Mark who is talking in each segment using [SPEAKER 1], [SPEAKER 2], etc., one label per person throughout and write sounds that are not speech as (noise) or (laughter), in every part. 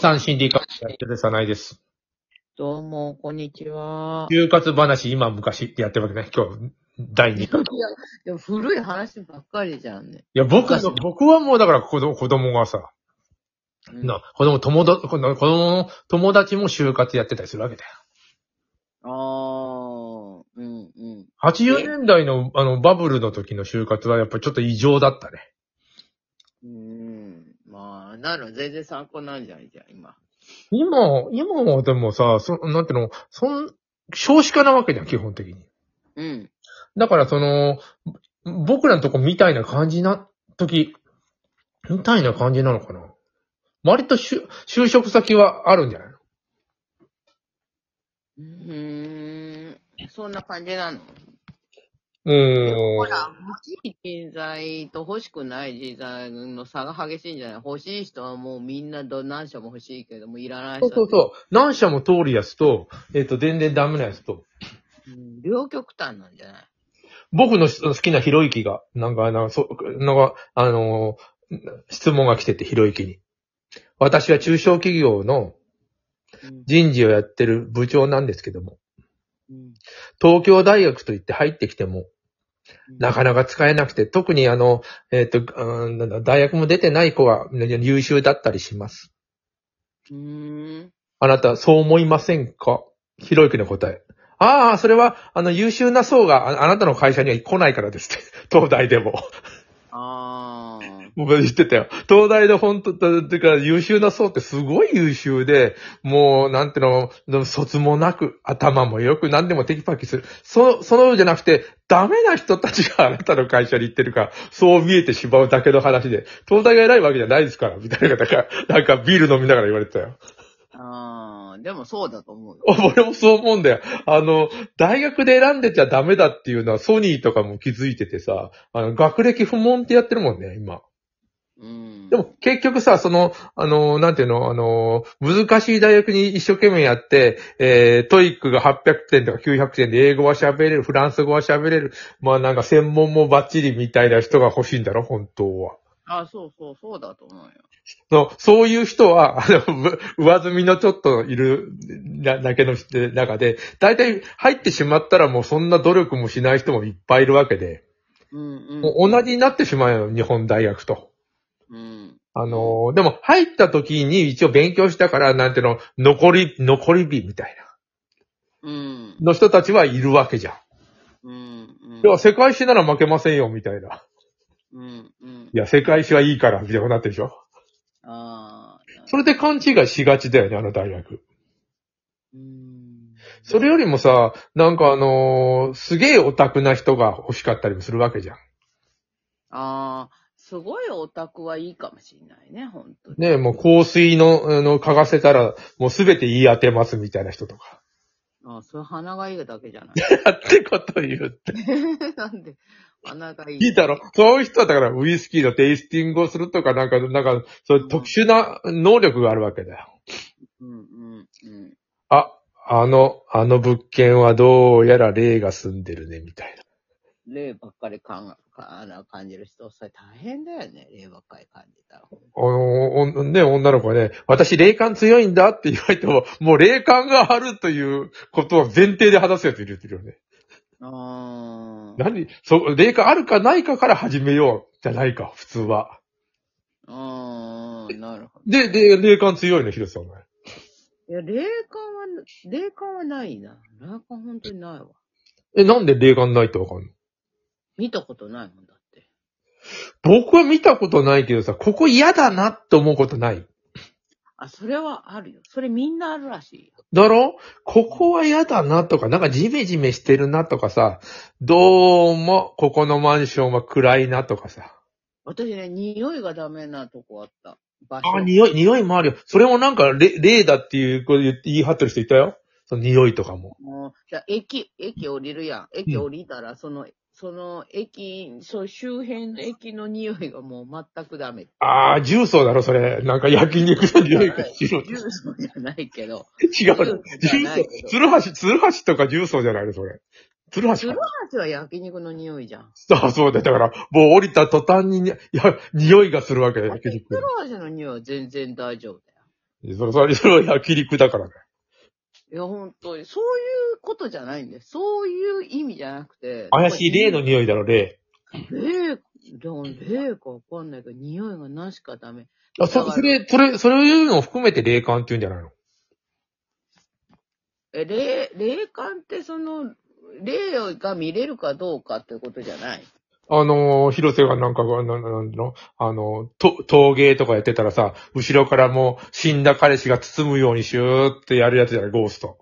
[SPEAKER 1] さん、心理科学やってるさないです。
[SPEAKER 2] どうも、こんにちは。
[SPEAKER 1] 就活話、今、昔ってやってるわけね。今日、第2
[SPEAKER 2] いや、でも古い話ばっかりじゃんね。
[SPEAKER 1] いや、僕の、僕はもうだから子供子供がさ、
[SPEAKER 2] うん
[SPEAKER 1] な、子供、友達、この子供の友達も就活やってたりするわけだよ。
[SPEAKER 2] あー、うんうん。
[SPEAKER 1] 80年代の、あの、バブルの時の就活はやっぱりちょっと異常だったね。
[SPEAKER 2] うん。まあ、なの全然参考なんじゃないじゃん、今。
[SPEAKER 1] 今、今はでもさ、そ、なんていうの、そん、少子化なわけじゃん、基本的に。
[SPEAKER 2] うん。
[SPEAKER 1] だからその、ぼ僕らのとこみたいな感じな、時、みたいな感じなのかな。割と就、就職先はあるんじゃないの
[SPEAKER 2] うーん。そんな感じなの
[SPEAKER 1] う
[SPEAKER 2] ほ
[SPEAKER 1] ーん。
[SPEAKER 2] ら、欲しい人材と欲しくない人材の差が激しいんじゃない欲しい人はもうみんなど何社も欲しいけども、いらない
[SPEAKER 1] そ
[SPEAKER 2] 人
[SPEAKER 1] うそうそう。何社も通るやつと、えっ、と、全然ダメなやつと、
[SPEAKER 2] う。ん、両極端なんじゃない
[SPEAKER 1] 僕の好きなひろゆきが、なんか、なんか、そなんかあのー質問が来てて、ひろゆきに。私は中小企業の
[SPEAKER 2] うん
[SPEAKER 1] 人事をやってる部長なんですけども、
[SPEAKER 2] うん。
[SPEAKER 1] 東京大学といって入ってきても、なかなか使えなくて、特にあの、えっ、と、うんなんだ大学も出てない子が優秀だったりします。
[SPEAKER 2] うーん。
[SPEAKER 1] あなた、そう思いませんかひろゆきの答え。ああ、それは、あの、優秀な層がああなたの会社には来ないからですって。 (laughs) 東大でも。
[SPEAKER 2] あー。
[SPEAKER 1] 僕言ってたよ。東大で本当、だってか優秀な層ってすごい優秀で、もう、なんていうの、卒もなく、頭も良く、何でもテキパキする。そ、そのじゃなくて、ダメな人たちがあなたの会社に行ってるから、そう見えてしまうだけの話で、東大が偉いわけじゃないですから、みたいな、なんか、なんかビール飲みながら言われてたよ。
[SPEAKER 2] ああ、でもそうだと思うよ。
[SPEAKER 1] 俺もそう思うんだよ。あの、大学で選んでちゃダメだっていうのはソニーとかも気づいててさ、あの、学歴不問ってやってるもんね、今。
[SPEAKER 2] うん。
[SPEAKER 1] でも結局さ、その、あの、なんていうの、あの、難しい大学に一生懸命やって、えー、トイックが800点とか900点で英語は喋れる、フランス語は喋れる、まあなんか専門もバッチリみたいな人が欲しいんだろ、本当は。
[SPEAKER 2] あそうそう、そうだと思うよ。
[SPEAKER 1] の、そういう人は、あの、ぶ上積みのちょっといる、な、だけの人中で、大体入ってしまったらもうそんな努力もしない人もいっぱいいるわけで、
[SPEAKER 2] うんうん。
[SPEAKER 1] もう同じになってしまうよ、日本大学と。
[SPEAKER 2] うん。
[SPEAKER 1] あのーでも入った時に一応勉強したから、なんていうの、残り、残り日みたい
[SPEAKER 2] うん。
[SPEAKER 1] な、の人たちはいるわけじゃん。
[SPEAKER 2] うん。うん。
[SPEAKER 1] 要は世界史なら負けませんよ、みたいな。
[SPEAKER 2] うん。うん
[SPEAKER 1] い。や、世界史はいいから、みたいなことになってるでしょ。
[SPEAKER 2] ああ。
[SPEAKER 1] それで勘違いしがちだよね、あの大学。
[SPEAKER 2] うん。
[SPEAKER 1] それよりもさ、なんかあのーすげえオタクな人が欲しかったりもするわけじゃん。
[SPEAKER 2] ああ、すごいオタクはいいかもしれないね、本当に。
[SPEAKER 1] ねえ、もう香水の、あの、嗅がせたら、もうすべて言い当てます、みたいな人とか。
[SPEAKER 2] ああ、それ鼻がいいだけじゃない。 (laughs)
[SPEAKER 1] や (laughs) ってこと言うって。
[SPEAKER 2] なんで、鼻がいい。
[SPEAKER 1] いいだろ。そういう人はだから、ウイスキーのテイスティングをするとか、なんか、なんか、そういう特殊な能力があるわけだよ。
[SPEAKER 2] うんうんうん。
[SPEAKER 1] あ、あの、あの物件はどうやら霊が住んでるね、みたいな。
[SPEAKER 2] 霊ばっかりかんかあの感じる人、それ大変だよね、霊ばっかり感じたら。
[SPEAKER 1] あの、おんね、女の子はね、私霊感強いんだって言われても、もう霊感があるということを前提で話すやついるってるよね。
[SPEAKER 2] ああ。
[SPEAKER 1] 何そう、霊感あるかないかから始めよう、じゃないか、普通は。
[SPEAKER 2] ああ、なるほど。
[SPEAKER 1] で、で、霊感強いの、ヒロさんお前。
[SPEAKER 2] いや、霊感は、霊感はないな。霊感本当にないわ。
[SPEAKER 1] え、なんで霊感ないとわかんの
[SPEAKER 2] 見たことないもんだって。
[SPEAKER 1] 僕は見たことないけどさ、ここ嫌だなって思うことない。
[SPEAKER 2] あ、それはあるよ。それみんなあるらしいよ。
[SPEAKER 1] だろここは嫌だなとか、なんかジメジメしてるなとかさ、どうもここのマンションは暗いなとかさ。
[SPEAKER 2] 私ね、匂いがダメなとこあった。場所。
[SPEAKER 1] あ、匂い、匂いもあるよ。それもなんかれ霊だっていうこと言って言い張ってる人いたよ。その匂いとかも。
[SPEAKER 2] もうじゃあ駅、駅降りるやん。駅降りたら、その、その駅、そう、周辺の駅の匂いがもう全くダメ。
[SPEAKER 1] あー、重曹だろ、それ。なんか焼肉の匂いがする。
[SPEAKER 2] 重曹じゃないけど。
[SPEAKER 1] 違うの。
[SPEAKER 2] 重曹じ
[SPEAKER 1] 重
[SPEAKER 2] ゃない
[SPEAKER 1] 曹。鶴橋、鶴橋とか重曹じゃないの、それ。鶴橋か
[SPEAKER 2] 鶴。橋は焼肉の匂いじゃん。
[SPEAKER 1] あ、そうだよ。だから、もう降りた途端にに、いや、匂いがするわけだよ、焼肉
[SPEAKER 2] 鶴。橋の匂いは全然大丈夫だよ。
[SPEAKER 1] それ、それ、それは焼肉だからね。
[SPEAKER 2] いや、本当に、そういうことじゃないんです。そういう意味じゃなくて。
[SPEAKER 1] 怪しい霊の匂いだろ、霊。
[SPEAKER 2] 霊、でも霊かわかんないけど、匂いがなしかダメ。
[SPEAKER 1] あ、そ、それ、それ、それを言うのを含めて霊感っていうんじゃないの
[SPEAKER 2] え、霊、霊感ってその、霊が見れるかどうかってことじゃない。
[SPEAKER 1] あのー、広瀬がなんか、なななんていうのあのー、と、陶芸とかやってたらさ、後ろからもう死んだ彼氏が包むようにシューってやるやつじゃない、ゴースト。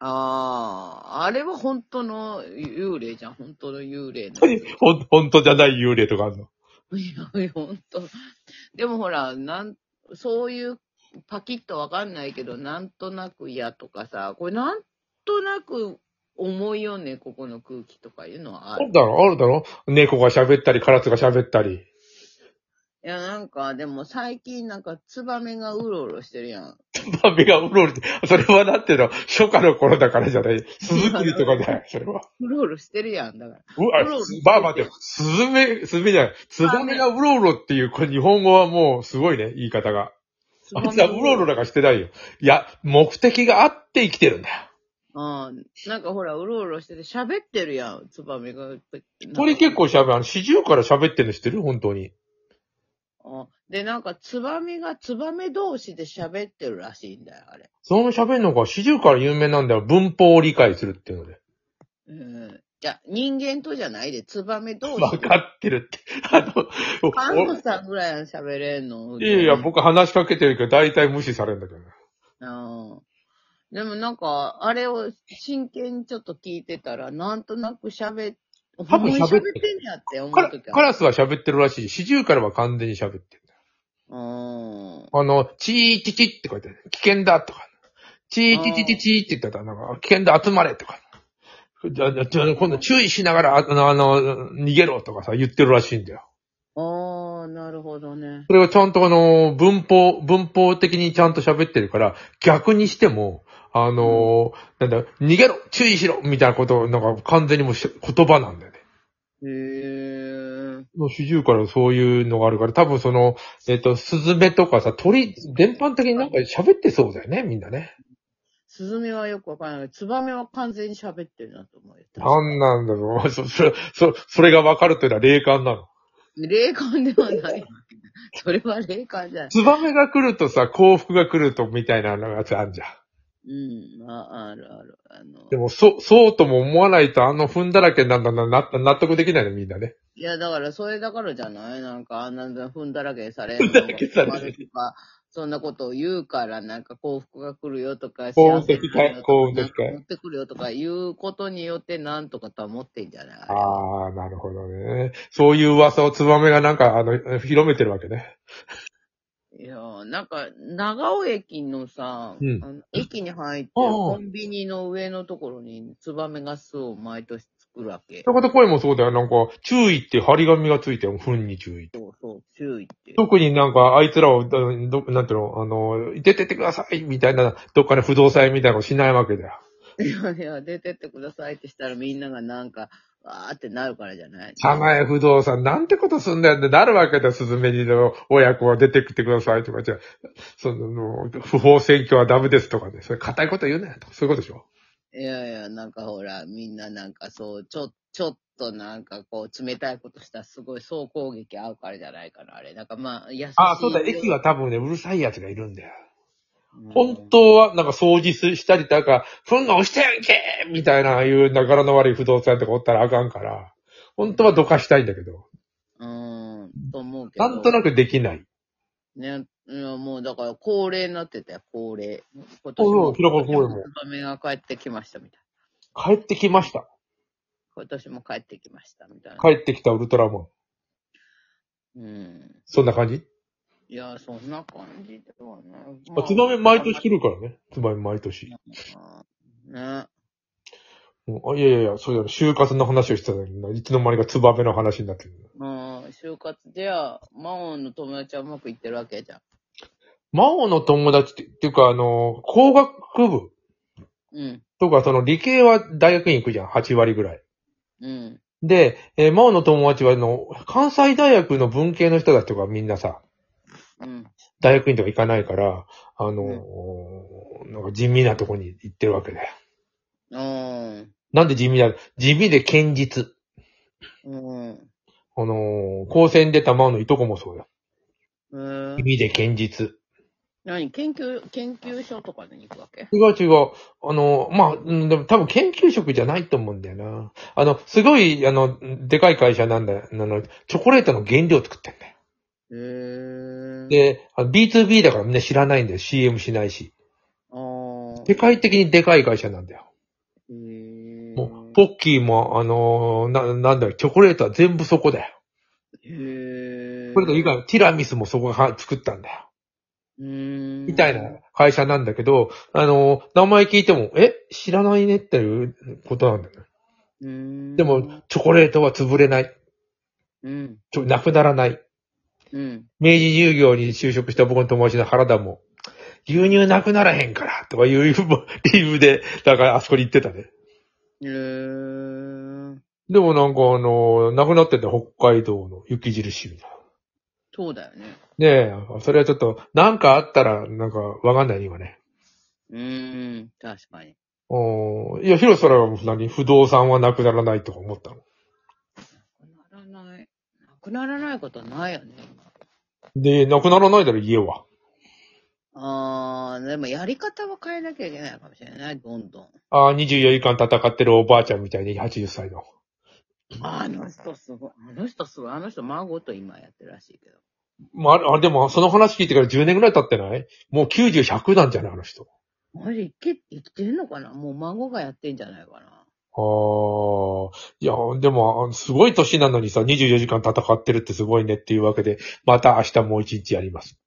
[SPEAKER 2] ああ、あれは本当の幽霊じゃん。本当の幽霊の。
[SPEAKER 1] ほん、本当じゃない幽霊とかあるの。
[SPEAKER 2] いやいや、本当。でもほら、なん、そういう、パキッとわかんないけど、なんとなく嫌とかさ、これなんとなく重いよね、ここの空気とかいうのはあ
[SPEAKER 1] あ
[SPEAKER 2] る
[SPEAKER 1] る。だろ、あるだろ猫が喋ったり、カラスが喋ったり。 (laughs)
[SPEAKER 2] いや、なんか、でも最近なんか、ツバメがうろうろしてるやん。
[SPEAKER 1] バビがうろうろって、それはなんていうの、初夏の頃だからじゃない。鈴木とかじゃない、それは。
[SPEAKER 2] うろうろしてるやん、だから。
[SPEAKER 1] うわ
[SPEAKER 2] うろうろ、
[SPEAKER 1] ばあばって、スズメ、スズメじゃない。ツバメがうろうろっていう、これ日本語はもうすごいね、言い方が。
[SPEAKER 2] ツ
[SPEAKER 1] あいつはうろうろなんかしてないよ。いや、目的があって生きてるんだよ。
[SPEAKER 2] うん。なんかほら、うろうろしてて喋ってるやん、ツバメが。
[SPEAKER 1] これ結構喋る。あの、四十から喋ってるの知ってる本当に。
[SPEAKER 2] 構。で、なんか、ツバメがツバメ同士で喋ってるらしいんだよ、あれ。
[SPEAKER 1] その喋るのが四十から有名なんだよ。文法を理解するっていうので。
[SPEAKER 2] うん。じゃあ人間とじゃないで、ツバメ同
[SPEAKER 1] わ
[SPEAKER 2] 士で。
[SPEAKER 1] かってるって。あの、
[SPEAKER 2] パンコさんぐらいは喋れんの。
[SPEAKER 1] おいやいや、僕話しかけてるけど、大体無視されるんだけどね。
[SPEAKER 2] うん。でもなんか、あれを真剣にちょっと聞いてたら、なんとなく喋っ、
[SPEAKER 1] 多分喋ってる
[SPEAKER 2] 喋ってんやって思
[SPEAKER 1] カラ
[SPEAKER 2] うとき
[SPEAKER 1] カ
[SPEAKER 2] は。
[SPEAKER 1] ラスは喋ってるらしい。四十からは完全に喋ってる。
[SPEAKER 2] うん。
[SPEAKER 1] あの、チーチチって書いてある。危険だとか。チーチチチチって言ったら、なんか、危険だ集まれとか。じゃあ、じゃあ今度注意しながら、あの、あの、逃げろとかさ、言ってるらしいんだよ。
[SPEAKER 2] ああ、なるほどね。
[SPEAKER 1] それをちゃんとあの、文法、文法的にちゃんと喋ってるから、逆にしても、あの、なんだ、逃げろ注意しろみたいなことを、なんか完全にもうし言葉なんだよね。
[SPEAKER 2] へえ。
[SPEAKER 1] の主従からそういうのがあるから、多分その、えっ、と、スズメとかさ、鳥、全般的になんか喋ってそうだよね、みんなね。
[SPEAKER 2] スズメはよくわからないけど、ツバメは完全に喋ってるなと思うよ。
[SPEAKER 1] なんなんだろう。 (laughs) そ、そ、そ、それがわかるというのは霊感なの。
[SPEAKER 2] 霊感ではない。それは霊感じゃない。
[SPEAKER 1] ツバメが来るとさ、幸福が来るとみたいなのがやつあんじゃん。
[SPEAKER 2] うん、まあ、あるある。あの、
[SPEAKER 1] でも、そ、そうとも思わないとあの踏んだらけになんだな、な、納得できないね、みんなね。
[SPEAKER 2] いや、だから、それだからじゃないなんか、あんな踏んだらけにされ、
[SPEAKER 1] 踏んだらけにされ
[SPEAKER 2] なんかとか、そんなことを言うから、なんか幸福が来るよとか、
[SPEAKER 1] 幸運的
[SPEAKER 2] 幸せになるよとか
[SPEAKER 1] 幸運的
[SPEAKER 2] なんか持ってくるよとか言うことによって、なんとかとは思ってんじゃない
[SPEAKER 1] あー、なるほどね。そういう噂をツバメがなんか、あの、広めてるわけね。
[SPEAKER 2] いやーなんか、長尾駅のさ、
[SPEAKER 1] うん
[SPEAKER 2] あの駅に入って、
[SPEAKER 1] ああ
[SPEAKER 2] コンビニの上のところに、ツバメが巣を毎年作るわけ
[SPEAKER 1] そ。こで声もそうだよ。なんか、注意って張り紙がついてる。糞に注意。
[SPEAKER 2] そうそう、注意って。
[SPEAKER 1] 特になんか、あいつらを、あのど、なんていうの、あの、出てってくださいみたいな、どっかの不動産屋みたいなのしないわけだよ。
[SPEAKER 2] いやいや、出てってくださいってしたらみんながなんか、わーってなるからじゃない
[SPEAKER 1] 社内不動産なんてことすんだよってなるわけだよ、スズメリの親子は出てきてくださいとか、じゃあその、もう不法占拠はダメですとかね、それ硬いこと言うなよとか、そういうことでしょ
[SPEAKER 2] いやいや、なんかほら、みんななんかそう、ちょ、ちょっとなんかこう、冷たいことしたらすごい総攻撃合うからじゃないかな、あれ。なんかまあ、優しい。
[SPEAKER 1] ああ、そうだ、駅は多分ね、うるさい奴がいるんだよ。
[SPEAKER 2] うん、
[SPEAKER 1] 本当は、なんか掃除すしたりとか、ふんが押してやんけみたいな、ああいう流れの悪い不動産屋とかおったらあかんから、本当はどかしたいんだけど、
[SPEAKER 2] うん、と思うけど。
[SPEAKER 1] なんとなくできない。
[SPEAKER 2] ね、いやもうだから恒例になってたよ、恒例。今
[SPEAKER 1] おう平川恒例も
[SPEAKER 2] ツバメが帰ってきましたみたいな。
[SPEAKER 1] 帰ってきました。
[SPEAKER 2] 今年も帰ってきましたみたいな。
[SPEAKER 1] 帰ってきたウルトラマン。
[SPEAKER 2] うん。
[SPEAKER 1] そんな感じ
[SPEAKER 2] いや、そんな感じではない。
[SPEAKER 1] まあ、ツバメ毎年来るからね。ツバメ毎年。
[SPEAKER 2] ね。
[SPEAKER 1] うんあいやいやいや、そうだよ。就活の話をしてたのに、いつの間にかツバメの話になってる。
[SPEAKER 2] うん、就活では、マオンの友達はうまくいってるわけじゃん。
[SPEAKER 1] 魔王の友達ってっていうか、あの、工学部
[SPEAKER 2] うん、
[SPEAKER 1] とか、その理系は大学院行くじゃん。8割ぐらい。
[SPEAKER 2] うん、
[SPEAKER 1] で、えー、魔王の友達は、あの、関西大学の文系の人たちとかみんなさ、
[SPEAKER 2] うん、
[SPEAKER 1] 大学院とか行かないから、あのーなんか地味なとこに行ってるわけだよ。
[SPEAKER 2] うん。
[SPEAKER 1] なんで地味だ地味で堅実。
[SPEAKER 2] うん。
[SPEAKER 1] あのー高専出た真央のいとこもそうよ。
[SPEAKER 2] えー
[SPEAKER 1] 地味で堅実。
[SPEAKER 2] 何研究、研究所とかに行くわけ
[SPEAKER 1] 違う違う。あの、まあ、うんでも多分研究職じゃないと思うんだよな。あの、すごい、あの、でかい会社なんだよ。あの、チョコレートの原料作ってんだよ。
[SPEAKER 2] へー。
[SPEAKER 1] で、あの B2B だからみんな知らないんだよ。CM しないし。
[SPEAKER 2] あー。
[SPEAKER 1] 世界的にでかい会社なんだよ。
[SPEAKER 2] へー
[SPEAKER 1] もう、ポッキーも、あの、な、なんだよ、チョコレートは全部そこだよ。
[SPEAKER 2] へー。
[SPEAKER 1] これと以外、ティラミスもそこが作ったんだよ。
[SPEAKER 2] うーん。
[SPEAKER 1] みたいな会社なんだけど、あの、名前聞いても、え知らないねっていうことなんだよね。
[SPEAKER 2] うーん。
[SPEAKER 1] でも、チョコレートは潰れない。
[SPEAKER 2] うん。
[SPEAKER 1] ちょ、なくならない。
[SPEAKER 2] うん。
[SPEAKER 1] 明治乳業に就職した僕の友達の原田も、牛乳なくならへんから、とかいう理由で、だからあそこに行ってたね。
[SPEAKER 2] へー。
[SPEAKER 1] でもなんかあの、なくなってた北海道の雪印みたい
[SPEAKER 2] そうだよね。
[SPEAKER 1] な。ねえ、それはちょっと、なんかあったら、なんかわかんないね、今ね。
[SPEAKER 2] うーん。確かに。
[SPEAKER 1] おーいや、広瀬さんは何不動産はなくならないとか思ったの。
[SPEAKER 2] なくならない。なくならないことないよね。
[SPEAKER 1] で、なくならないだろ、家は。
[SPEAKER 2] あー、でもやり方は変えなきゃいけないのかもしれない、どんどん。
[SPEAKER 1] ああ、24時間戦ってるおばあちゃんみたいに80歳の。
[SPEAKER 2] あの人すごい。あの人すごい。あの人孫と今やってるらしいけど。
[SPEAKER 1] まあ、あでも、その話聞いてから10年ぐらい経ってないもう90、100なんじゃないあの人。
[SPEAKER 2] マジ生き、生きてんのかなもう孫がやってんじゃないかな。
[SPEAKER 1] ああ、いや、でも、あのすごい歳なのにさ、24時間戦ってるってすごいねっていうわけで、また明日もう一日やります。